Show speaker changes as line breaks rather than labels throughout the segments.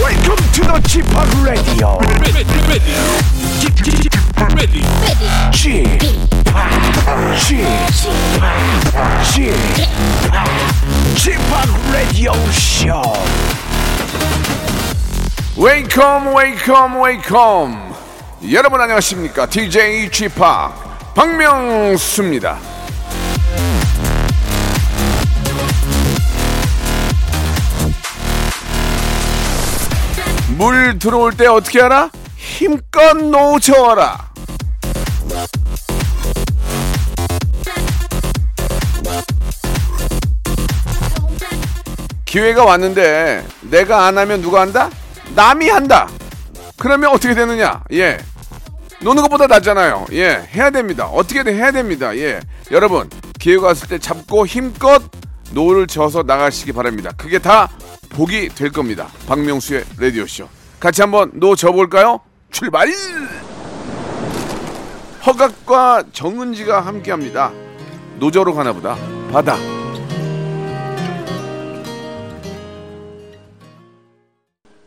Welcome to the g p o p Radio.
ready, ready, ready, ready.
g p o p G-POP, G-POP, G-POP Radio Show.
웨이컴 웨이컴 웨이컴 여러분 안녕하십니까 DJ g p o p 박명수입니다 물 들어올 때 어떻게 하나? 힘껏 놓쳐라 기회가 왔는데 내가 안 하면 누가 한다? 남이 한다. 그러면 어떻게 되느냐? 예. 노는 것보다 낫잖아요. 예. 해야 됩니다. 어떻게든 해야 됩니다. 예. 여러분, 기회가 왔을 때 잡고 힘껏 노를 저어서 나가시기 바랍니다. 그게 다 복이 될 겁니다. 박명수의 라디오쇼. 같이 한번 노 저어볼까요? 출발! 허각과 정은지가 함께 합니다. 노저로 가나보다. 바다.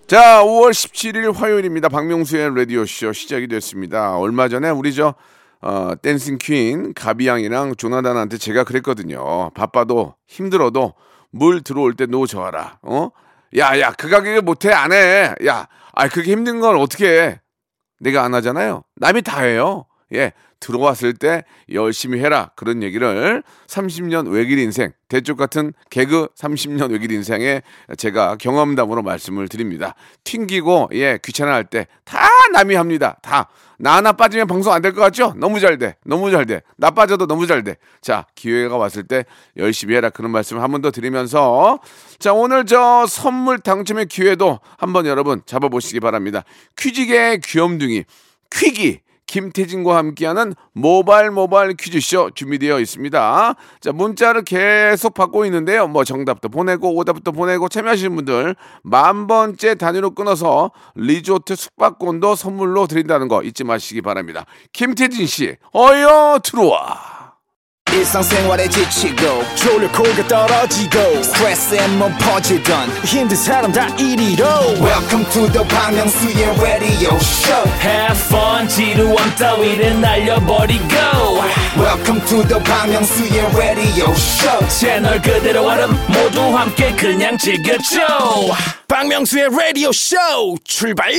자, 5월 17일 화요일입니다. 박명수의 라디오쇼 시작이 됐습니다. 얼마 전에 우리 저, 어, 댄싱 퀸, 가비양이랑 조나단한테 제가 그랬거든요. 바빠도 힘들어도 물 들어올 때 놓으셔라. 어? 야, 야, 그 가격에 못해, 안 해. 야, 아, 그게 힘든 걸 어떻게 해. 내가 안 하잖아요. 남이 다 해요. 예. 들어왔을 때 열심히 해라. 그런 얘기를 30년 외길 인생, 대쪽 같은 개그 30년 외길 인생에 제가 경험담으로 말씀을 드립니다. 튕기고, 예, 귀찮아할 때 다 남이 합니다. 다. 나 하나 빠지면 방송 안 될 것 같죠? 너무 잘 돼. 너무 잘 돼. 나 빠져도 너무 잘 돼. 자, 기회가 왔을 때 열심히 해라. 그런 말씀 한 번 더 드리면서 자, 오늘 저 선물 당첨의 기회도 한번 여러분 잡아보시기 바랍니다. 퀴직의 귀염둥이, 퀴기. 김태진과 함께하는 모발 모발 퀴즈쇼 준비되어 있습니다. 자, 문자를 계속 받고 있는데요. 뭐 정답도 보내고 오답도 보내고 참여하시는 분들 만 번째 단위로 끊어서 리조트 숙박권도 선물로 드린다는 거 잊지 마시기 바랍니다. 김태진 씨, 어여 들어와.
일상생활에 지치고, 졸려 코가 떨어지고, 스트레스에 몸 퍼지던, 힘든 사람 다 이리로. welcome to the Bang Myung-soo's radio show
Have fun 지루함 따위를 날려버리고
welcome to the Bang Myung-soo's radio show
채널 그대로 얼음 모두 함께 그냥 즐겨줘
박명수의 라디오 쇼 출발!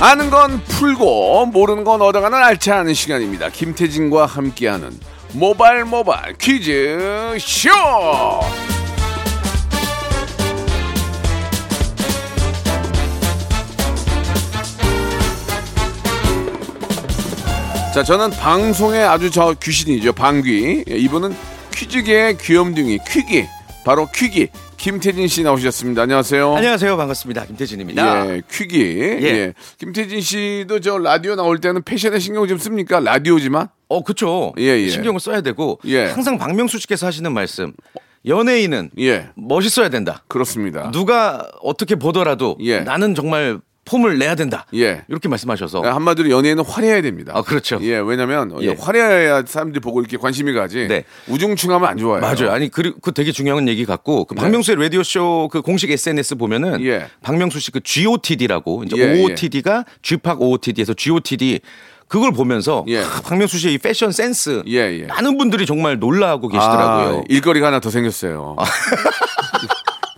아는 건 풀고 모르는 건 얻어가는 알찬 시간입니다. 김태진과 함께하는 모발 모발 퀴즈 쇼. 자, 저는 방송에 아주 저 귀신이죠. 방귀. 예, 이분은 퀴즈계의 귀염둥이 퀴기. 바로 퀴기 김태진 씨 나오셨습니다. 안녕하세요.
안녕하세요 반갑습니다 김태진입니다
어. 예, 퀵이. 예. 김태진 씨도 저 라디오 나올 때는 패션에 신경 좀 씁니까? 라디오지만.
어 그쵸
예, 예.
신경을 써야 되고
예. 어.
항상 박명수 씨께서 하시는 말씀 연예인은
예.
멋있어야 된다
그렇습니다.
누가 어떻게 보더라도
예.
나는 정말 폼을 내야 된다
예.
이렇게 말씀하셔서
예, 한마디로 연예인은 화려해야 됩니다.
아, 그렇죠.
예, 왜냐면
예.
화려해야 사람들이 보고 이렇게 관심이 가지.
네.
우중충하면 안 좋아요.
맞아요 아니 그, 그 되게 중요한 얘기 같고 그 박명수의 라디오 쇼그 공식 SNS 보면은
네. 예.
박명수 씨 그 GOTD라고 이제
예, 예.
OOTD가 G팍 OOTD에서 GOTD 그걸 보면서
예.
아, 박명수 씨의 이 패션 센스
예, 예.
많은 분들이 정말 놀라하고 계시더라고요. 아.
아, 일거리가 하나 더 생겼어요.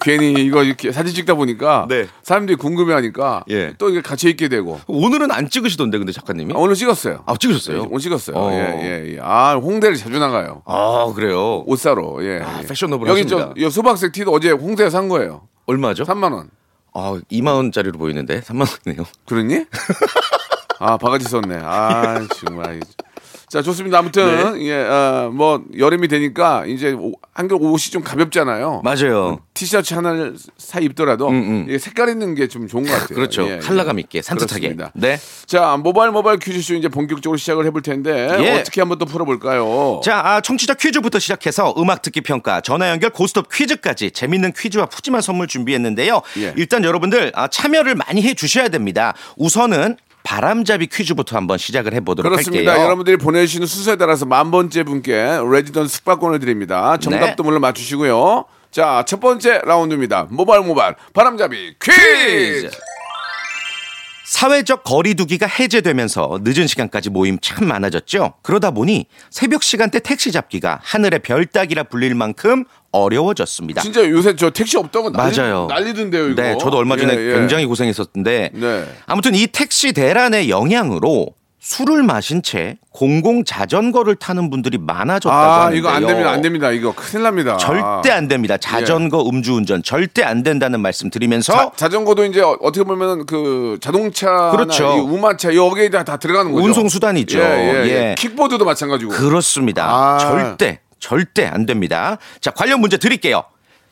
괜히 이거 이렇게 사진 찍다 보니까
네.
사람들이 궁금해하니까
예.
또 이게 같이 있게 되고
오늘은 안 찍으시던데 근데 작가님이?
아, 오늘 찍었어요.
아 찍으셨어요?
오늘 찍었어요.
어.
예, 예, 예. 아 홍대를 자주 나가요.
아 그래요.
옷 사러. 예.
아,
예.
패셔너블하십니다.
여기 저 여, 소박색 티도 어제 홍대에 산 거예요.
얼마죠?
3만 원.
아 2만 원짜리로 보이는데 3만 원이네요.
그랬니? 아 바가지 썼네. 아 정말. 자 좋습니다. 아무튼
네.
예뭐 여름이 되니까 이제 오- 한결 옷이 좀 가볍잖아요. 음,
맞아요.
티셔츠 하나를 사 입더라도
음.
이게 색깔 있는 게 좀 좋은 것 같아요.
그렇죠.
예, 예.
컬러감 있게 산뜻하게.
그렇습니다.
네.
자 모바일 모바일 퀴즈쇼 이제 본격적으로 시작을 해볼 텐데
예.
어떻게 한번 또 풀어볼까요?
자, 아, 청취자 퀴즈부터 시작해서 음악 듣기 평가, 전화 연결, 고스톱 퀴즈까지 재밌는 퀴즈와 푸짐한 선물 준비했는데요.
예.
일단 여러분들 아, 참여를 많이 해 주셔야 됩니다. 우선은 바람잡이 퀴즈부터 한번 시작을 해보도록
그렇습니다.
할게요.
여러분들이 보내주시는 순서에 따라서 만 번째 분께 레지던 숙박권을 드립니다.
네.
정답도 물론 맞추시고요. 자, 첫 번째 라운드입니다. 모발 모발 바람잡이 퀴즈.
사회적 거리두기가 해제되면서 늦은 시간까지 모임 참 많아졌죠. 그러다 보니 새벽 시간대 택시 잡기가 하늘의 별 따기라 불릴 만큼 어려워졌습니다.
진짜 요새 저 택시 없다고 난리,
맞아요.
난리던데요, 이거.
네, 저도 얼마 전에
예, 예.
굉장히 고생했었는데
네.
아무튼 이 택시 대란의 영향으로 술을 마신 채 공공 자전거를 타는 분들이 많아졌다고
아,
하는데요.
이거 안 됩니다. 아. 안 됩니다. 이거 큰일 납니다.
절대 안 됩니다. 자전거 음주운전 절대 안 된다는 말씀 드리면서
자, 자전거도 이제 어- 어떻게 보면 그 자동차,
그렇죠.
우마차 여기에 다, 다 들어가는 거죠.
운송수단이죠.
예, 예, 예.
예.
킥보드도 마찬가지고.
그렇습니다.
아.
절대 절대 안 됩니다. 자 관련 문제 드릴게요.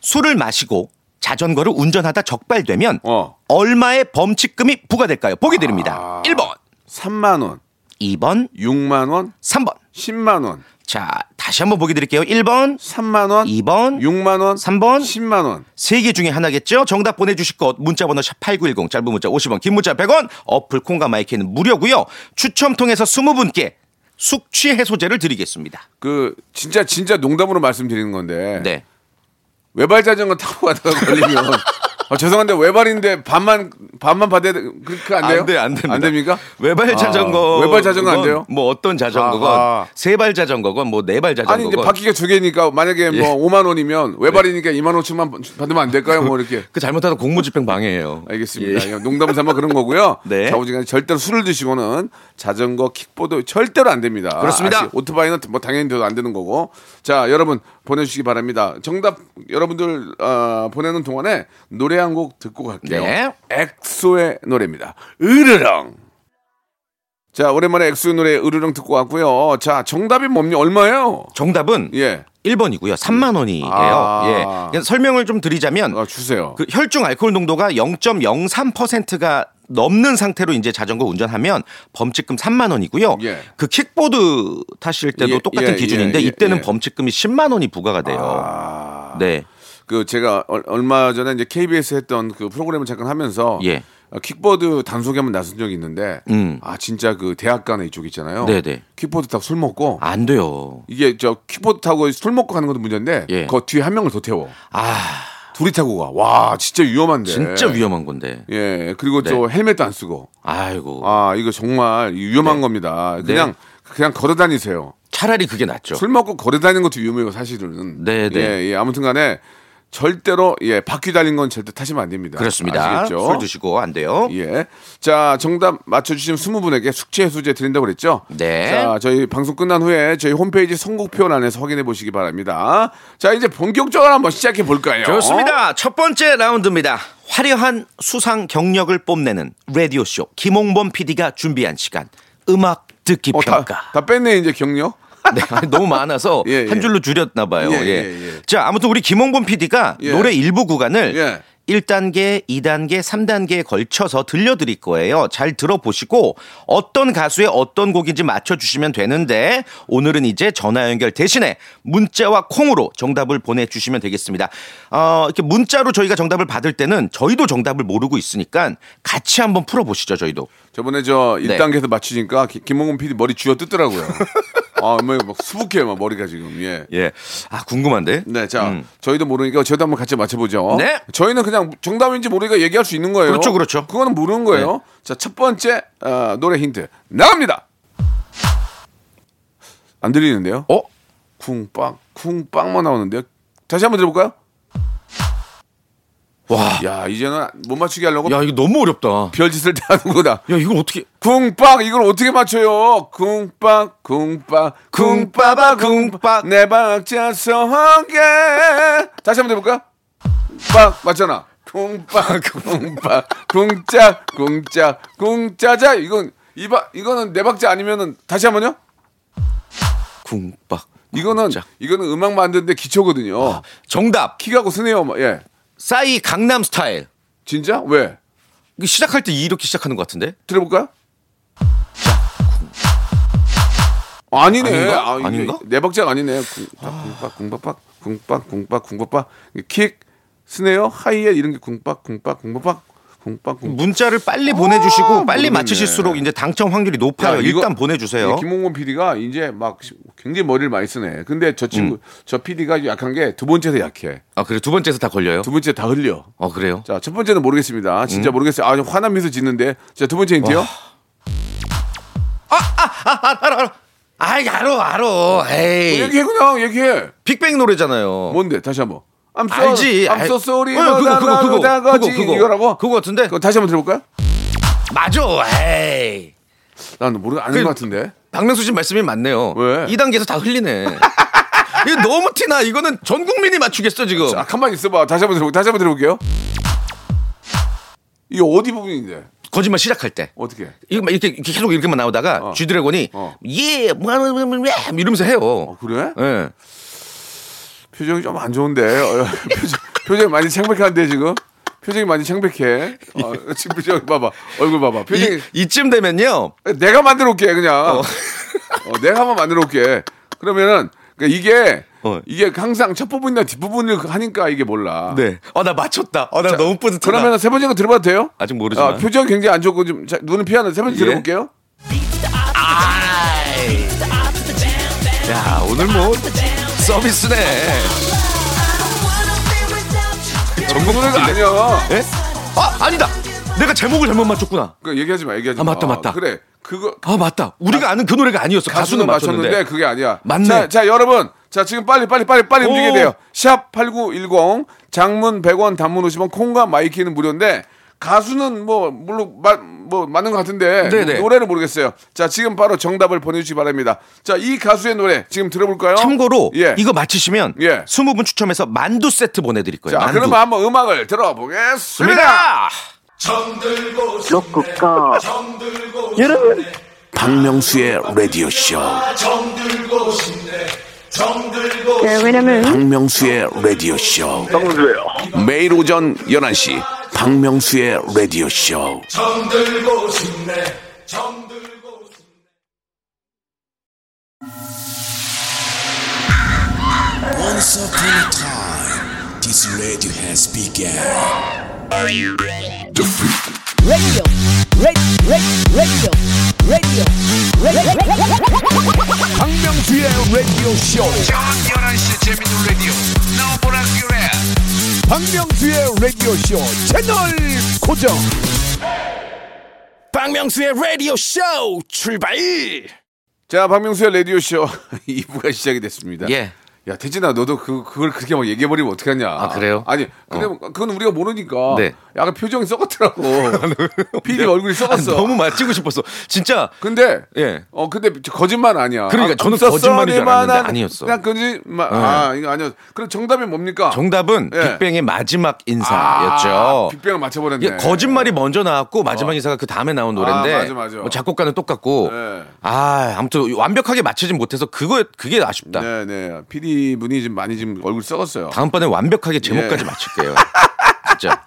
술을 마시고 자전거를 운전하다 적발되면
어.
얼마의 범칙금이 부과될까요? 보기 드립니다.
아.
1번,
3만 원,
2번,
6만 원,
3번.
10만 원,
자 다시 한번 보기 드릴게요. 1번,
3만 원,
2번,
6만 원,
3번.
10만 원.
세 개 중에 하나겠죠? 정답 보내주실 것 문자번호 샵 8910 짧은 문자 50원 긴 문자 100원 어플 콩과 마이크는 무료고요. 추첨 통해서 20분께 숙취 해소제를 드리겠습니다.
그 진짜 진짜 농담으로 말씀드리는 건데
네.
외발 자전거 타고 가다가 걸리면 아, 죄송한데 외발인데 반만 반만 받아야 돼. 그, 그 안 돼요?
안 돼, 안 됩니다.
안 됩니까?
외발
아,
자전거
외발 자전거 안 돼요?
뭐 어떤 자전거건
아하.
세발 자전거건 뭐 네발 자전거건
아니 이제 바퀴가 두 개니까 만약에
예.
뭐 5만 원이면 외발이니까 2만 5천만 받으면 안 될까요? 뭐 이렇게
그 잘못하다 공무집행 방해예요.
알겠습니다.
예.
이거 농담 삼아 그런 거고요.
네.
자, 오지간 절대로 술을 드시고는 자전거, 킥보드 절대로 안 됩니다.
그렇습니다.
오토바이는 뭐 당연히 돼도 안 되는 거고. 자, 여러분 보내주시기 바랍니다. 정답 여러분들 어, 보내는 동안에 노래 한 곡 듣고 갈게요.
네.
엑소의 노래입니다. 으르렁. 자, 오랜만에 엑소의 노래 으르렁 듣고 왔고요. 자, 정답이 뭡니까? 얼마예요?
정답은
예,
1번이고요. 3만 원이에요.
아.
예. 그냥 설명을 좀 드리자면
아, 주세요.
그 혈중 알코올 농도가 0.03%가 넘는 상태로 이제 자전거 운전하면 범칙금 3만 원이고요.
예.
그 킥보드 타실 때도
예,
똑같은
예,
기준인데
예, 예,
이때는
예.
범칙금이 10만 원이 부과가 돼요. 네.
그 제가 얼- 얼마 전에 이제 KBS 했던 그 프로그램을 잠깐 하면서
예.
어, 킥보드 단속에 한번 나선 적이 있는데
음.
아 진짜 그 대학 간에 이쪽 있잖아요.
네네.
킥보드 타고 술 먹고
안 돼요.
이게 저 킥보드 타고 술 먹고 가는 것도 문제인데
예.
그 뒤에 한 명을 더 태워.
아,
둘이 타고 가. 와 진짜 위험한데.
진짜 위험한 네. 건데.
예 그리고 저 헬멧도 안 쓰고
아이고.
아 이거 정말
네.
위험한 겁니다. 그냥 그냥 걸어 다니세요.
차라리 그게 낫죠.
술 먹고 걸어 다니는 것도 위험해요, 사실은.
네, 네.
예, 예. 아무튼간에 절대로 예 바퀴 달린 건 절대 타시면 안 됩니다.
그렇습니다.
아시겠죠?
술 드시고 안 돼요.
예. 자, 정답 맞춰주신 20분에게 숙취 해소제 드린다고 그랬죠?
네.
자, 저희 방송 끝난 후에 저희 홈페이지 선곡표란에서 확인해 보시기 바랍니다. 자, 이제 본격적으로 한번 시작해 볼까요?
좋습니다. 첫 번째 라운드입니다. 화려한 수상 경력을 뽐내는 라디오 쇼 김홍범 PD가 준비한 시간 음악 듣기
어, 다,
평가.
다 뺐네, 이제 경력.
네, 아니, 너무 많아서
예, 예.
한 줄로 줄였나 봐요.
예,
예,
예, 예.
자, 아무튼 우리 김홍범 PD가
예.
노래 일부 구간을
예.
1단계, 2단계, 3단계에 걸쳐서 들려드릴 거예요. 잘 들어보시고 어떤 가수의 어떤 곡인지 맞춰주시면 되는데 오늘은 이제 전화 연결 대신에 문자와 콩으로 정답을 보내주시면 되겠습니다. 어, 이렇게 문자로 저희가 정답을 받을 때는 저희도 정답을 모르고 있으니까 같이 한번 풀어보시죠, 저희도.
저번에 저
네.
1단계에서 맞추니까 기- 김홍근 PD 머리 쥐어 뜯더라고요. 아, 뭐, 막 수북해요, 막 머리가 지금. 예.
예. 아, 궁금한데?
네, 자,
음.
저희도 모르니까 저희도 한번 같이 맞춰보죠.
네.
저희는 그냥 정답인지 모르니까 얘기할 수 있는 거예요.
그렇죠, 그렇죠.
그거는 모르는 거예요. 자, 첫 번째 어, 노래 힌트 나갑니다. 안 들리는데요?
어?
쿵빵, 쿵빵만 나오는데요. 다시 한번 들어볼까요?
와.
야, 이제는 못 맞추게 하려고
야, 이거 너무 어렵다.
별짓을 다 하는구나.
야 이걸 어떻게
쿵빵 이걸 어떻게 맞춰요? 쿵빵 쿵빵 쿵빠바 쿵빵 내 박자 성게 다시 한번 해볼까? 빡 맞잖아. 쿵빵 쿵빵 쿵짝 쿵짝 쿵짜자 이건 이바 이거는 내 박자 아니면은 다시 한번요?
궁박
이거는
쿵짝. 아.
이거는 음악 만드는데 기초거든요.
정답
키가고 스네요. 예
싸이 강남 스타일
진짜 왜
이거 시작할 때 이렇게 시작하는 것 같은데
들어볼까요? 아니네.
아닌가?
아, 이게
아닌가?
내 박자가 아니네. 궁박 궁박박 궁박 궁박 궁박박 킥 스네어 하이에 이런 게 궁박 궁박 궁박박 쿵빵쿵.
문자를 빨리
아,
보내주시고 빨리
모르겠네.
맞히실수록 이제 당첨 확률이 높아요.
야, 이거-
일단 보내주세요.
예, 김홍곤 PD가 이제 막 시- 굉장히 머리를 많이 쓰네. 근데 저
음.
친구, 저 PD가 약한 게 두 번째에서 약해.
아 그래 두 번째에서 다 걸려요.
두 번째 다 흘려.
어 그래요.
자, 첫 번째는 모르겠습니다. 진짜
음.
모르겠어요. 아, 화난 미소 짓는데. 자, 두 번째 힌트요. 어,
아이 알어 알어. 에이
얘기해, 그냥 얘기해.
빅뱅 노래잖아요.
어. 뭔데? 다시 한 번. I'm so,
알지.
I'm
알-
so sorry.
어, 그거 그거 그거 그거
거지.
그거
이거라고?
그거 같은데.
그거 다시 한번 들어볼까요?
맞아. 에이.
난 모르 아는
그-
것 같은데.
박명수 씨 말씀이 맞네요.
왜?
2단계에서 다 흘리네. 이거 너무 티나. 이거는 전 국민이 맞추겠어 지금.
자, 가만 있어봐. 다시 한번 들어볼게요. 다시 한번 들어볼게요. 이게 어디 부분인데?
거짓말 시작할 때.
어떻게?
이거 막 이렇게, 이렇게 계속 이렇게만 나오다가
어.
쥐드래곤이
어.
예, 뭐, 뭐, 뭐, 뭐, 이러면서 해요.
어, 그래?
예.
표정이 좀 안 좋은데. 어, 표정, 표정이 많이 창백한데 지금. 표정이 많이 창백해. 어, 지금 표정 봐봐. 얼굴 봐봐. 표정이
이, 이쯤 되면요.
내가 만들어 올게 그냥. 어, 내가 한번 만들어 올게. 그러면은 그러니까 이게
어.
이게 항상 첫 부분이나 뒷 부분을 하니까 이게 몰라.
네. 어, 나 맞췄다. 어, 나 너무 뿌듯하다.
그러면 세 번째 거 들어봐도 돼요?
아직 모르지만.
표정 굉장히 안 좋고 좀 자, 눈은 피하는 세 번째
예.
들어볼게요. 그-
야, 오늘 뭐 서비스네.
전국 노래가 아니야.
예? 아, 아니다. 내가 제목을 잘못 맞췄구나.
그 얘기하지 마, 얘기하지
아,
마.
맞다, 맞다.
그래, 그거
아, 맞다. 우리가 아는 그 노래가 아니었어.
가수는
가수는
맞췄는데,
맞췄는데.
그게 아니야.
맞네.
자, 자, 여러분, 자 지금 빨리 빨리 빨리 빨리
오.
움직여야 돼요. 샵 #8910 장문 100원, 단문 50원, 콩과 마이키는 무료인데 가수는 뭐 물론 마, 뭐 맞는 것 같은데
네네.
노래를 모르겠어요. 자, 지금 바로 정답을 보내주시기 바랍니다. 자, 이 가수의 노래 지금 들어볼까요?
참고로
예.
이거 맞히시면
예.
20분 추첨해서 만두 세트 보내드릴 거예요.
자,
만두.
그러면 한번 음악을 들어보겠습니다.
입니다.
박명수의 라디오 쇼.
네, 왜냐면
박명수의 라디오 쇼. 매일 오전 11시 박명수의 라디오 쇼. 박명수의 라디오 쇼. 박명수의 라디오 쇼 채널 고정.
박명수의 라디오 쇼 출발
자, 박명수의 라디오 쇼 2부가 시작이 됐습니다.
예.
야, 태진아, 너도 그, 그걸 그렇게 막 얘기해 버리면 어떡하냐. 아,
그래요? 어.
아니, 근데 그건 우리가 모르니까
네.
약간 표정이 썩었더라고. PD 얼굴이
아,
썩었어.
너무 맞히고 싶었어. 진짜
근데
예.
어 근데 저 거짓말 아니야.
그러니까
아,
저는
없었어,
거짓말인 줄 알았는데
내만한-
아니었어.
그냥 거짓말. 아, 이거 아니었어. 그럼 정답이 뭡니까?
정답은
예.
빅뱅의 마지막
아,
인사였죠.
빅뱅을 맞춰버렸네. 어.
이게 거짓말이 먼저 나왔고 마지막 인사가 그 다음에 나온 노래인데
아, 맞아, 맞아.
뭐 작곡가는 똑같고
네.
아 아무튼 완벽하게 맞추진 못해서 그거 그게 아쉽다.
네, 네. PD 분이 지금 많이 지금 얼굴 썩었어요.
다음번에 완벽하게 제목까지
예.
맞출게요. 진짜.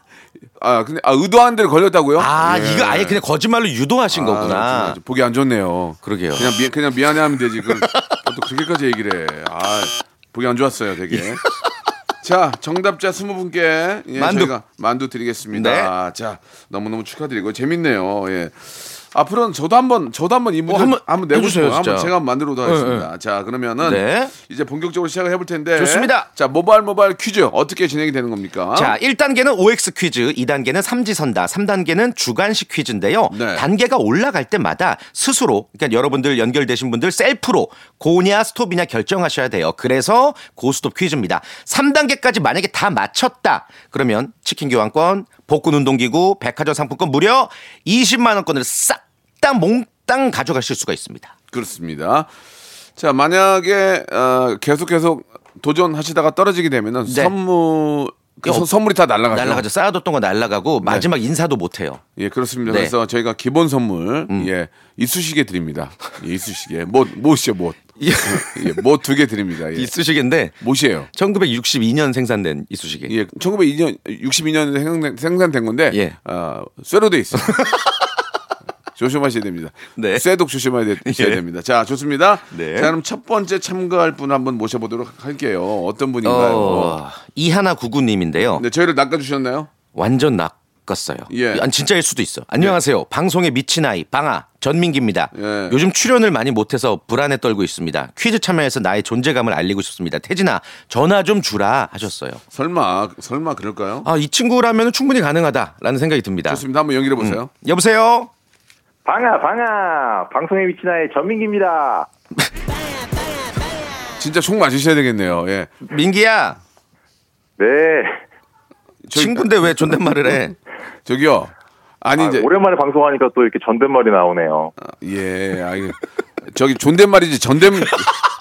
아, 근데 아 의도한 대로 걸렸다고요?
아
예.
이거 아예 그냥 거짓말로 유도하신
아,
거구나.
그렇구나. 보기 안 좋네요.
그러게요.
그냥 미, 그냥 미안해 하면 되지. 그걸 또 그렇게까지 얘기를 해. 아, 보기 안 좋았어요, 되게. 자, 정답자 20분께 예,
만두. 네.
저희가 만두 드리겠습니다. 자, 너무너무 축하드리고 재밌네요. 예. 앞으로는 저도 한번 저도 한번 이 문제
한번
한번, 내고
해주세요,
싶어요. 한번
진짜.
제가 한번 만들어도 하겠습니다. 자, 그러면은
네.
이제 본격적으로 시작을 해볼 텐데.
좋습니다.
자, 모바일 모바일 퀴즈 어떻게 진행이 되는 겁니까?
자, 1단계는 OX 퀴즈, 2단계는 삼지선다, 3단계는 주관식 퀴즈인데요.
네.
단계가 올라갈 때마다 스스로, 그러니까 여러분들 연결되신 분들 셀프로 고냐 스톱이냐 결정하셔야 돼요. 그래서 고스톱 퀴즈입니다. 3단계까지 만약에 다 맞췄다. 그러면 치킨 교환권, 복근 운동기구, 백화점 상품권 무려 20만 원권을 싹 다 몽땅 가져가실 수가 있습니다.
그렇습니다. 자, 만약에 어, 계속 계속 도전하시다가 떨어지게 되면은
네.
선물 그
어,
선- 선물이 다 날라가죠.
날라가죠. 쌓아뒀던 거 날라가고 마지막 인사도 못 해요.
예, 그렇습니다.
네. 음.
그래서 저희가 기본 선물 예, 이쑤시개 드립니다. 예, 이쑤시개. 못 못이요, 못.
이-
예, 못두 개 드립니다. 예.
이쑤시개인데
못이에요.
1962년 생산된 이쑤시개.
예, 1962년 62년에 생산된, 생산된 건데
예.
어, 쇠로 돼 있어요. 조심하셔야 됩니다.
네.
쇠독 조심해야 되, 셔야
예.
됩니다. 자, 좋습니다.
네.
자, 그럼 첫 번째 참가할 분 한번 모셔보도록 할게요. 어떤 분인가요?
어, 이하나 구구님인데요.
네, 저희를 낚아주셨나요?
완전 낙. 바꿨어요.
예.
아니, 진짜일 수도 있어. 안녕하세요. 방송에 미친 아이 방아 전민기입니다.
예.
요즘 출연을 많이 못해서 불안에 떨고 있습니다. 퀴즈 참여해서 나의 존재감을 알리고 싶습니다. 태진아 전화 좀 주라 하셨어요.
설마 설마 그럴까요?
아 이 친구라면 충분히 가능하다라는 생각이 듭니다.
좋습니다. 한번 연결해 보세요.
여보세요.
방아 방아 방송에 미친 아이 전민기입니다.
음.
진짜 총 맞으셔야 되겠네요. 예.
민기야
네
저기-
친구인데 왜 존댓말을 해?
저기요. 아니
아,
이제
오랜만에 방송하니까 또 이렇게 전댓말이 나오네요.
예. 아니 저기 존댓말이지 전댓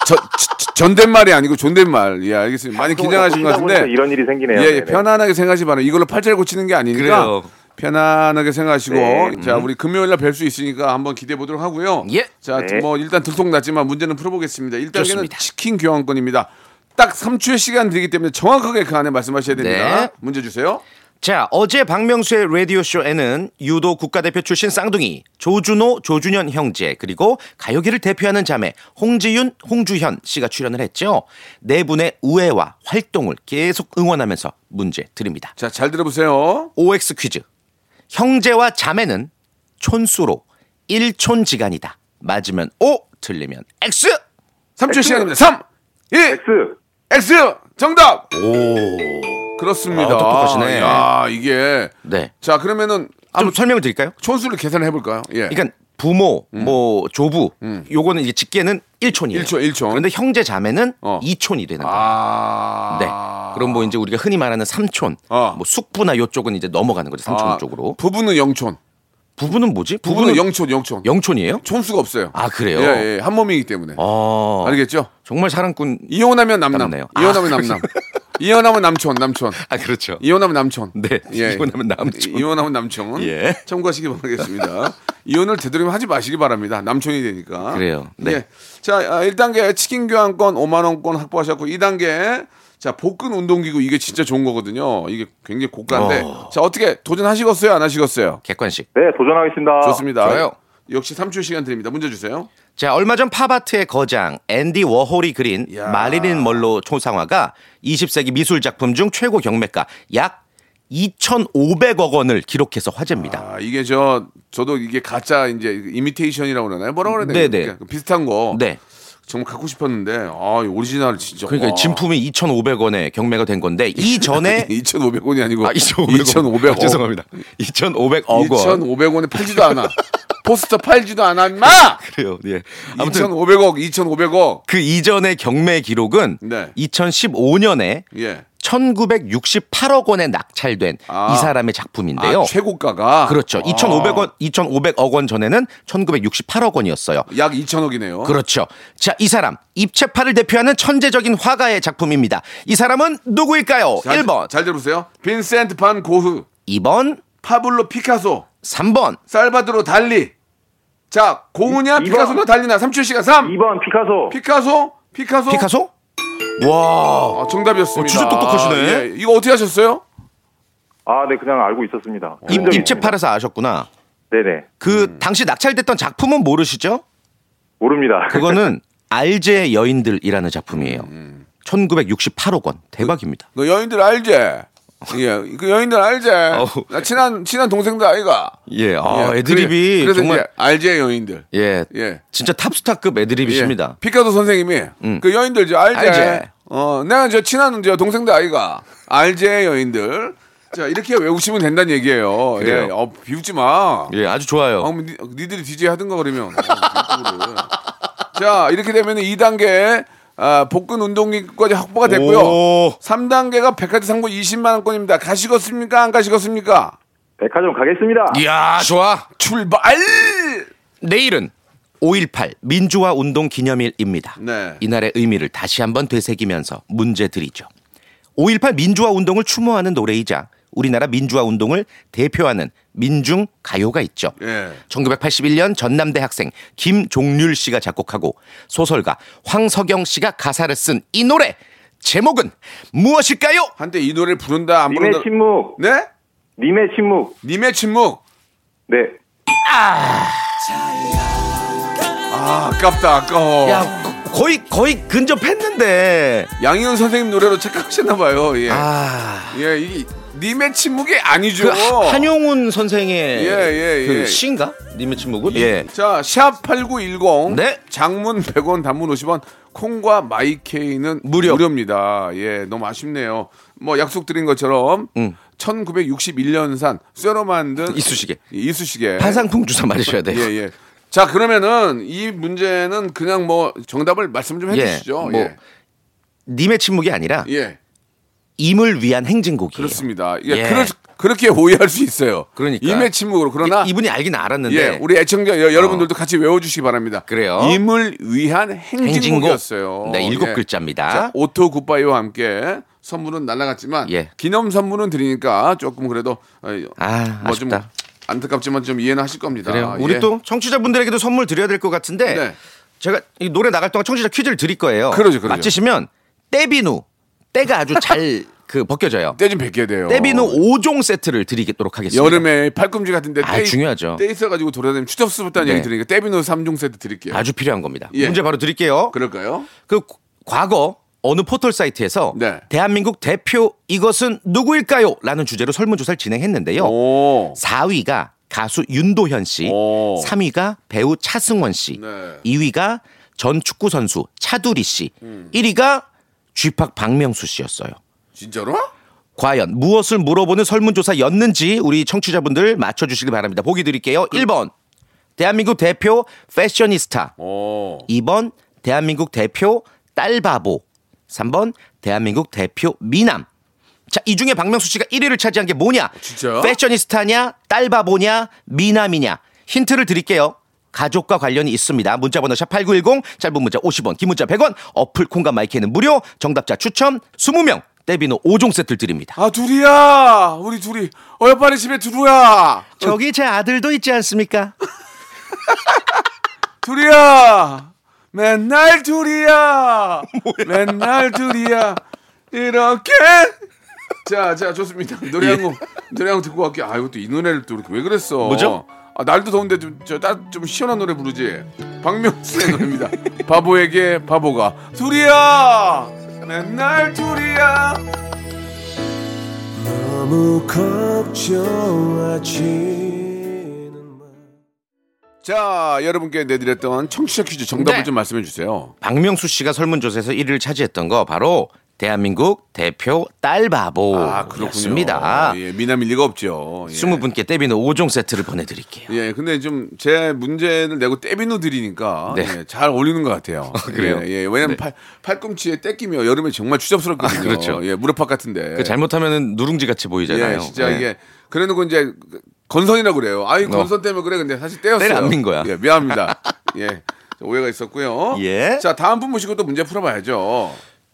저, 저- 전댓말이 아니고 존댓말. 예, 알겠습니다. 많이 긴장하신 것
하다 보니까
같은데.
이런 일이 생기네요.
예, 예,
네네.
편안하게 생각하지 마라. 이걸로 팔자를 고치는 게 아니니까
그래요. 음.
편안하게 생각하시고
네.
자 우리 금요일 날 뵐 수 있으니까 한번 기대해 보도록 하고요.
예.
자,
네.
뭐 일단 들통났지만 문제는 풀어보겠습니다. 일단은
좋습니다.
치킨 교환권입니다. 딱 3주의 시간 드리기 때문에 정확하게 그 안에 말씀하셔야 됩니다.
네.
문제 주세요.
자, 어제 박명수의 라디오쇼에는 유도 국가대표 출신 쌍둥이 조준호, 조준현 형제 그리고 가요계를 대표하는 자매 홍지윤, 홍주현 씨가 출연을 했죠. 네 분의 우애와 활동을 계속 응원하면서 문제 드립니다.
자, 잘 들어보세요.
OX 퀴즈. 형제와 자매는 촌수로 일촌지간이다 맞으면 O, 틀리면 X.
3초의 시간입니다. 3, 2,
X
X. 정답. 오. 그렇습니다.
아, 똑똑하시네.
야, 이게
네.
자, 그러면은
좀
한번
설명을 드릴까요?
촌수를 계산해 볼까요? 예.
그러니까 부모, 뭐 조부, 요거는 이제 직계는 일촌이에요
음. 일촌, 일촌.
그런데 형제 자매는
어.
이촌이 되는 거예요.
아.
네. 그럼 뭐 이제 우리가 흔히 말하는 삼촌,
어.
뭐 숙부나 요쪽은 이제 넘어가는 거죠 삼촌
아,
쪽으로.
부부는 영촌.
부부는 뭐지?
부부는 영촌, 영촌.
영촌이에요?
촌수가 없어요.
아, 그래요?
예, 예. 한 몸이기 때문에.
어,
알겠죠?
정말 사랑꾼.
이혼하면 남남.
남네요.
이혼하면 남남. 이혼하면 남촌, 남촌.
아 그렇죠.
이혼하면 남촌.
네,
예.
이혼하면 남촌.
이- 이혼하면 남촌.
예.
참고하시기 바라겠습니다. 이혼을 되도록이면 하지 마시기 바랍니다. 남촌이 되니까.
그래요. 네.
예. 자, 아, 1단계 치킨 교환권 5만 원권 확보하셨고 2단계 자, 복근 운동기구 이게 진짜 좋은 거거든요. 이게 굉장히 고가인데.
어.
자, 어떻게 도전하시겠어요? 안 하시겠어요?
객관식.
네 도전하겠습니다.
좋습니다.
좋아요.
역시 3초 시간 드립니다. 문제 주세요.
자, 얼마 전 팝아트의 거장 앤디 워홀이 그린
야.
마릴린 멀로 초상화가 20세기 미술 작품 중 최고 경매가 약 2,500억 원을 기록해서 화제입니다.
아, 이게 저 저도 이게 가짜 이제 이미테이션이라고 그러나요? 뭐라고 그러나요?
네네.
그러니까 비슷한 거.
네.
정말 갖고 싶었는데 아, 이 오리지널 진짜.
그러니까
와.
진품이 2,500원에 경매가 된 건데 이전에
2,500원이 아니고
예? 아, 2,500억. 어,
2,500억.
죄송합니다. 2,500억 원.
2,500원에 팔지도 않아. 포스터 팔지도 않아. 인마
그래요. 예. 아무튼
2,500억, 2,500억.
그 이전의 경매 기록은
네.
2015년에
예.
1968억 원에 낙찰된
아.
이 사람의 작품인데요.
아, 최고가가
그렇죠.
아,
2,500원 2,500억 원 전에는 1968억 원이었어요.
약 2,000억이네요.
그렇죠. 자, 이 사람 입체파를 대표하는 천재적인 화가의 작품입니다. 이 사람은 누구일까요?
잘,
1번,
잘 들어보세요. 빈센트 반 고흐,
2번,
파블로 피카소,
3번.
어? 살바드로 달리. 자, 고흐냐
이-
피카소냐
이번.
달리나? 3초 시간 3.
2번 피카소
피카소? 피카소?
피카소? 와.
아, 정답이었습니다.
어, 진짜 똑똑하시네.
예, 이거 어떻게 하셨어요?
아 네 그냥 알고 있었습니다.
입, 입체파라서 아셨구나.
네네
그
음.
당시 낙찰됐던 작품은 모르시죠?
모릅니다.
그거는 알제의 여인들이라는 작품이에요.
음.
1968억 원. 대박입니다.
그 여인들 알지? 예, 그 여인들 알지?
어우.
나 친한 친한 동생들 아이가.
예. 아,
예,
애드립이
그래, 서
정말
알제 여인들.
예.
예.
진짜 탑스타급 애드립이십니다. 음.
예. 피카소 선생님이 그 여인들 저 알제.
알제.
어, 내가 저 친한 저 동생들 아이가 알제 여인들. 자 이렇게 외우시면 된다는 얘기예요.
그래요.
예. 어, 비웃지 마.
예, 아주 좋아요.
아, 뭐 니, 니들이 DJ 하든가 그러면. 어, 이쪽으로. 자 이렇게 되면 은 2단계 아, 복근 운동기까지 확보가
오.
됐고요. 삼 3단계가 백화점 상품 20만 원권입니다. 가시겠습니까? 안 가시겠습니까?
백화점 가겠습니다.
이야, 좋아.
출발!
내일은 5.18 민주화 운동 기념일입니다.
네.
이날의 의미를 다시 한번 되새기면서 문제 드리죠. 5.18 민주화 운동을 추모하는 노래이자 우리나라 민주화 운동을 대표하는 민중 가요가 있죠.
예.
1981년 전남대 학생 김종률 씨가 작곡하고 소설가 황석영 씨가 가사를 쓴 이 노래 제목은 무엇일까요?
한때 이 노래를 부른다 안 부른다.
님의 침묵
네?
님의 침묵
님의 침묵.
네
아, 아깝다 아까워.
야 거- 거의 거의 근접했는데
양희은 선생님 노래로 착각하셨나 봐요. 예.
아
예, 이 님의 침묵이 아니죠.
그 하- 한용운 선생의
어. 예, 예, 예.
그 시인가? 님의 침묵은? 예.
자, 샵 8910.
네.
장문 100원, 단문 50원. 콩과 마이케이는
무료.
무료입니다. 예, 너무 아쉽네요. 뭐 약속드린 것처럼 1961년산 쇠로 만든
음. 이쑤시개.
이쑤시개.
파상풍 네. 주사 맞으셔야 돼요.
예, 예. 자, 그러면은 이 문제는 그냥 뭐 정답을 말씀 좀해
예,
주시죠.
뭐
예.
님의 침묵이 아니라
예.
임을 위한 행진곡이에요.
그렇습니다. 예,
예.
그렇, 그렇게 오해할 수 있어요.
그러니까.
임의 침묵으로 그러나
이- 이분이 알긴 알았는데
예, 우리 애청자 여, 러분들도 같이 외워주시기 바랍니다.
네. 어. 그래요.
임을 위한 행진곡이었어요.
행진곡. 네, 일곱
예.
글자입니다.
자, 오토 굿바이와 함께 선물은 날라갔지만
예.
기념 선물은 드리니까 조금 그래도 어,
아,
뭐좀
아쉽다.
안타깝지만 좀 이해는 하실 겁니다.
그래요.
예.
우리 또 청취자분들에게도 선물 드려야 될 것 같은데
네.
제가 이 노래 나갈 동안 청취자 퀴즈를 드릴 거예요.
그러죠, 그러죠.
맞히시면 떼비누 때가 아주 잘 그 벗겨져요.
때좀 뵙게 돼요.
떼비누 5종 세트를 드리도록 하겠습니다.
여름에 팔꿈치 같은데
아, 중요하죠.
때 있어가지고 돌아다니면 추접스럽다는
네.
얘기 들으니까 떼비누 3종 세트 드릴게요.
아주 필요한 겁니다.
예.
문제 바로 드릴게요. 그
그럴까요?
고- 과거 어느 포털 사이트에서
네.
대한민국 대표 이것은 누구일까요? 라는 주제로 설문조사를 진행했는데요.
오.
4위가 가수 윤도현 씨,
오.
3위가 배우 차승원 씨,
네.
2위가 전 축구 선수 차두리 씨,
음.
1위가 쥐팍 박명수 씨였어요.
진짜로?
과연 무엇을 물어보는 설문조사였는지 우리 청취자분들 맞춰주시기 바랍니다. 보기 드릴게요. 1번 대한민국 대표 패셔니스타,
오.
2번 대한민국 대표 딸바보, 3번 대한민국 대표 미남. 자, 이 중에 박명수 씨가 1위를 차지한 게 뭐냐?
진짜요?
패셔니스타냐, 딸바보냐, 미남이냐? 힌트를 드릴게요. 가족과 관련이 있습니다. 문자번호 샵 8910, 짧은 문자 50원, 긴 문자 100원, 어플 콩과 마이크는 무료, 정답자 추첨 20명, 떼비노 5종 세트를 드립니다.
아 둘이야 우리 둘이 어여 빨리 집에 들어와
저기 제 아들도 있지 않습니까?
둘이야 맨날 둘이야 맨날 둘이야 이렇게 자 자 좋습니다 노래 한곡 노래 한곡 듣고 갈게 아 이거 또이 노래를 또 이렇게 왜 그랬어
뭐죠?
아, 날도 더운데 좀저좀 시원한 노래 부르지 박명수의 노래입니다 바보에게 바보가 둘이야 맨날 둘이야 자 여러분께 내드렸던 청취자 퀴즈 정답을
네.
좀 말씀해 주세요
박명수 씨가 설문조사에서 1위를 차지했던 거 바로 대한민국 대표 딸바보.
아 그렇군요.
습니다
예, 미남일 리가 없죠. 예.
20분께 떼비는 5종 세트를 보내드릴게요.
예, 근데 좀 제 문제를 내고 떼비누 드리니까
네.
예, 잘 어울리는 것 같아요.
그래요? 네.
예, 예, 왜냐면 팔, 팔꿈치에 떼끼며 여름에 정말 추접스럽거든요.
아, 그렇죠.
예, 무릎팍 같은데.
그 잘못하면 누룽지 같이 보이잖아요.
예, 진짜
네. 어.
이게 그래놓고 이제 건선이라고 그래요. 아이 건선 때문에 그래. 근데 사실 떼었어요.
때를 안민 거야.
예, 미안합니다. 예, 오해가 있었고요.
예.
자, 다음 분 모시고 또 문제 풀어봐야죠.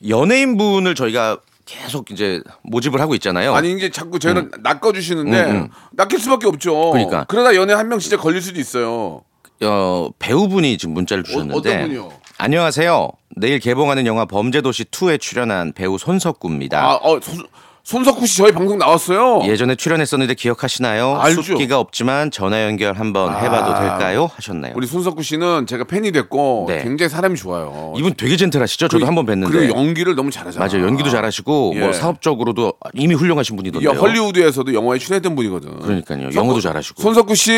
연예인 분을 저희가 계속 이제 모집을 하고 있잖아요.
아니 이제 자꾸 저희는 낚아주시는데
음, 음.
낚일 수밖에 없죠.
그러니까.
그러다 연애 한 명 진짜 걸릴 수도 있어요.
어, 배우분이 지금 문자를 주셨는데.
어떤 분이요?
안녕하세요. 내일 개봉하는 영화 범죄도시 2에 출연한 배우 손석구입니다.
아, 어, 손, 손석구 씨 저희 방송 나왔어요.
예전에 출연했었는데 기억하시나요?
알죠.
숫기가 없지만 전화 연결 한번 해봐도
아,
될까요? 하셨나요?
우리 손석구 씨는 제가 팬이 됐고
네.
굉장히 사람이 좋아요.
이분 되게 젠틀하시죠? 저도 한 번 뵀는데.
그리고 연기를 너무 잘하잖아요.
맞아요. 연기도 잘하시고
예.
뭐 사업적으로도 이미 훌륭하신 분이던데요.
야, 헐리우드에서도 영화에 출연했던 분이거든.
그러니까요.
석구-
영어도 잘하시고.
손석구 씨.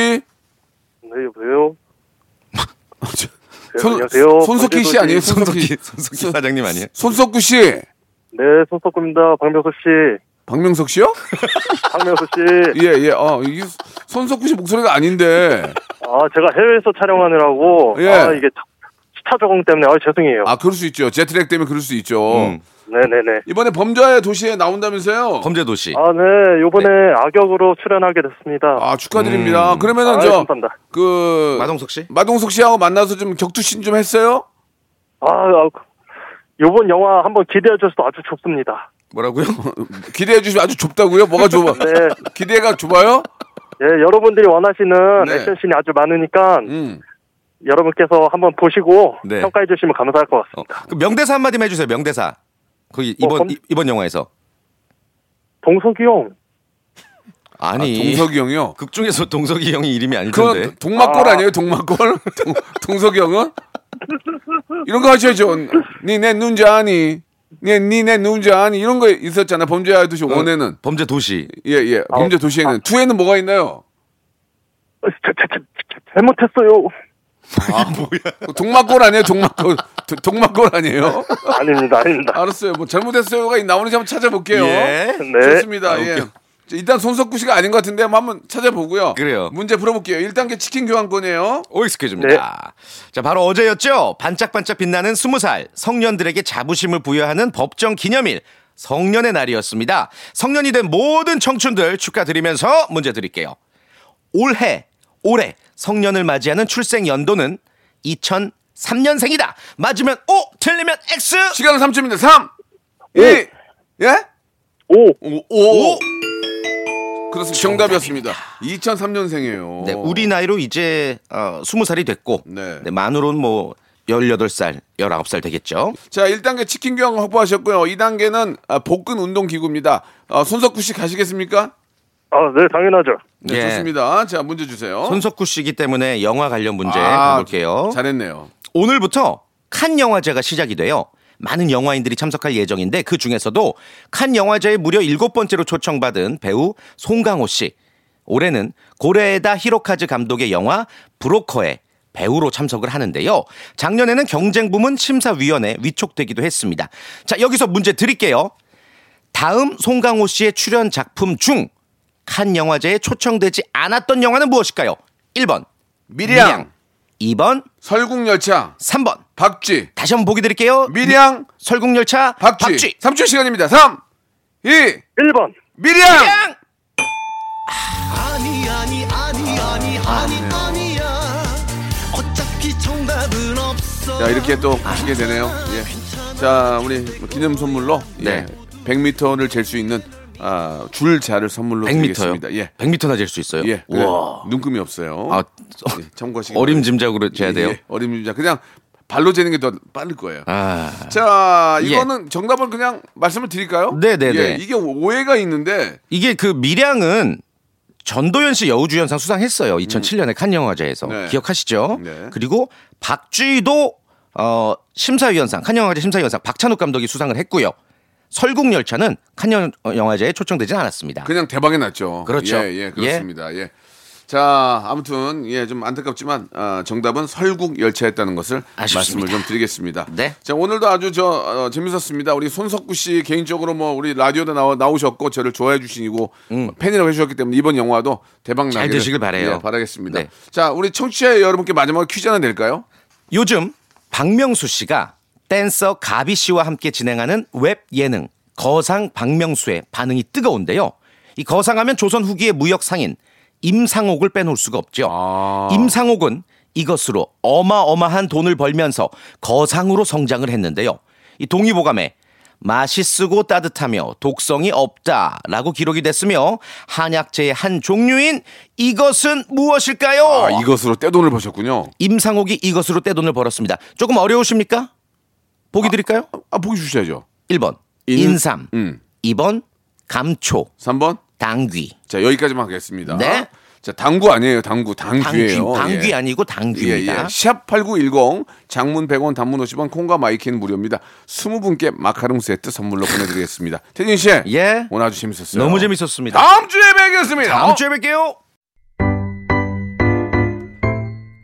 네, 여보세요?
손-
안녕하세요.
손석희 씨 아니에요? 손석희,
손석희 사장님 아니에요?
손석구 씨.
네, 손석구입니다. 박명수 씨.
박명석 씨요?
박명수 씨.
예, 예. 어, 이게 손석구 씨 목소리가 아닌데.
아, 제가 해외에서 촬영하느라고.
예.
아, 이게 차- 시차 적응 때문에. 아, 죄송해요.
아, 예. 그럴 수 있죠. 제트랙 때문에 그럴 수 있죠.
음.
네네네.
이번에 범죄의 도시에 나온다면서요?
범죄도시.
아, 네. 요번에 악역으로 출연하게 됐습니다.
아 축하드립니다.
음.
그러면은
아유,
저
감사합니다.
그
마동석 씨?
마동석 씨하고 만나서 좀 격투신 좀 했어요?
아, 아, 요번 영화 한번 기대해 주셔서 아주 좋습니다.
뭐라고요?
어, 기대해 주시면 아주 좁다고요? 뭐가 좁아?
네.
기대가 좁아요?
예, 여러분들이 원하시는
네.
액션씬이 아주 많으니까
음.
여러분께서 한번 보시고
네.
평가해 주시면 감사할 것 같습니다.
어, 그 명대사 한마디만 해주세요. 명대사. 거기
어,
이번
범-
이- 이번 영화에서
동석이 형.
아니 예.
아, 동석이 형이요.
극 중에서 동석이 형이 이름이 아니던데.
그건 동막골
아.
아니에요? 동막골? 동, 동석이 형은? 이런 거 하셔야죠. 니내 눈자니. 네, 니네 누운자 이런 거 있었잖아. 범죄와 도시 원에는
범죄 도시.
예, 예.
아.
범죄 도시에는 투에는 뭐가 있나요?
어, 자- 자- 자- 자- 잘못했어요.
동막골 아니에요? 동막골. 도- 동막골 아니에요?
아닙니다, 아닙니다.
알았어요. 뭐 잘못했어요가 나오는지 한번 찾아볼게요.
예.
네.
좋습니다.
아,
예.
웃겨.
자, 일단 손석구 씨가 아닌 것 같은데 한번 찾아보고요.
그래요.
문제 풀어볼게요. 1단계 치킨 교환권이에요.
오 익숙해집니다.
네.
자 바로 어제였죠. 반짝반짝 빛나는 20살 성년들에게 자부심을 부여하는 법정 기념일 성년의 날이었습니다. 성년이 된 모든 청춘들 축하드리면서 문제 드릴게요. 올해 올해 성년을 맞이하는 출생 연도는 2003년생이다. 맞으면 O, 틀리면 X.
시간은 3초입니다. 3, 이, 2, 예?
오,
오, 오. 그렇습니다. 정답이었습니다. 2003년생이에요.
네, 우리 나이로 이제 어, 20살이 됐고
네.
네, 만으로는 뭐 18살, 19살 되겠죠.
자, 1단계 치킨 교환 확보하셨고요. 2단계는 아, 복근 운동 기구입니다. 아, 손석구 씨 가시겠습니까?
아, 네, 당연하죠.
네,
예.
좋습니다. 자, 문제 주세요.
손석구 씨기 때문에 영화 관련 문제
아,
가볼게요.
잘했네요.
오늘부터 칸 영화제가 시작이 돼요. 많은 영화인들이 참석할 예정인데 그 중에서도 칸 영화제에 무려 일곱 번째로 초청받은 배우 송강호 씨. 올해는 고레에다 히로카즈 감독의 영화 브로커에 배우로 참석을 하는데요. 작년에는 경쟁 부문 심사위원회 위촉되기도 했습니다. 자, 여기서 문제 드릴게요. 다음 송강호 씨의 출연 작품 중 칸 영화제에 초청되지 않았던 영화는 무엇일까요? 1번
미량,
2번
설국열차,
3번
박쥐,
다시 한번 보기 드릴게요.
미량,
설국열차
박쥐. 3초 시간입니다. 3, 2,
1번.
미량!
양!
아, 네. 자 이렇게 또 하시게 되네요. 예. 자 우리 기념 선물로
네.
100m를 잴 수 있는 아, 줄 자를 선물로
100m요?
드리겠습니다. 예.
100m나 잴 수 있어요.
예. 그래.
우와.
눈금이 없어요.
아,
예, 참고하시기
어림짐작으로 재야
바랍니다.
돼요.
예, 어림짐작. 그냥 발로 재는 게 더 빠를 거예요.
아,
자
예.
이거는 정답을 그냥 말씀을 드릴까요?
네, 네,
예,
네.
이게 오해가 있는데
이게 그 미량은 전도연 씨 여우주연상 수상했어요. 2007년에 칸 영화제에서
음. 네.
기억하시죠?
네.
그리고 박쥐도 어, 심사위원상 칸 영화제 심사위원상 박찬욱 감독이 수상을 했고요. 설국열차는 칸 영- 어, 영화제에 초청되진 않았습니다.
그냥 대박이 났죠.
그렇죠.
예, 예, 그렇습니다. 예. 자, 아무튼 예, 좀 안타깝지만 아, 정답은 설국 열차였다는 것을
아쉽습니다.
말씀을 좀 드리겠습니다.
네.
자, 오늘도 아주 저 어, 재밌었습니다. 우리 손석구 씨 개인적으로 뭐 우리 라디오도 나오, 나오셨고 저를 좋아해 주시고 팬이라고 해 주셨기 때문에 이번 영화도 대박 나기를
음. 되시길 바래요.
예, 바라겠습니다.
네.
자, 우리 청취자 여러분께 마지막 퀴즈 하나 낼까요?
요즘 박명수 씨가 댄서 가비 씨와 함께 진행하는 웹 예능 거상 박명수의 반응이 뜨거운데요. 이 거상하면 조선 후기의 무역 상인 임상옥을 빼놓을 수가 없죠.
아.
아. 임상옥은 이것으로 어마어마한 돈을 벌면서 거상으로 성장을 했는데요. 이 동의보감에 맛이 쓰고 따뜻하며 독성이 없다라고 기록이 됐으며 한약재의 한 종류인 이것은 무엇일까요?
아, 이것으로 떼돈을 버셨군요.
임상옥이 이것으로 떼돈을 벌었습니다. 조금 어려우십니까? 보기 드릴까요?
아, 보기 주셔야죠.
1번
인-
인, 삼
음.
2번 감초,
3번.
당귀.
자, 여기까지만 하겠습니다.
네.
자, 당구 아니에요. 당구.
당귀,
당귀예요.
당귀
예.
아니고
예,
당귀입니다.
예. 샵8910 장문 100원 단문 50원 콩과 마이킹 무료입니다. 20분께 마카롱 세트 선물로 보내드리겠습니다. 태진 씨.
예.
오늘 아주 재밌었어요. 아!
너무 재밌었습니다.
다음 주에 뵙겠습니다.
다음 주에 뵐게요.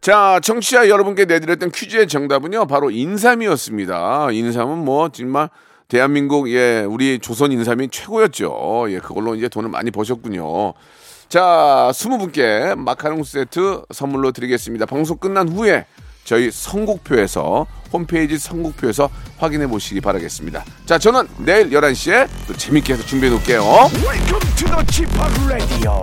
자, 청취자 여러분께 내드렸던 퀴즈의 정답은요, 바로 인삼이었습니다. 인삼은 뭐, 정말, 대한민국, 예, 우리 조선 인삼이 최고였죠. 예, 그걸로 이제 돈을 많이 버셨군요. 자, 스무 분께 마카롱 세트 선물로 드리겠습니다. 방송 끝난 후에 저희 선곡표에서, 홈페이지 선곡표에서 확인해 보시기 바라겠습니다. 자, 저는 내일 11시에 또 재밌게 해서 준비해 놓을게요.
Welcome to the Chip Radio.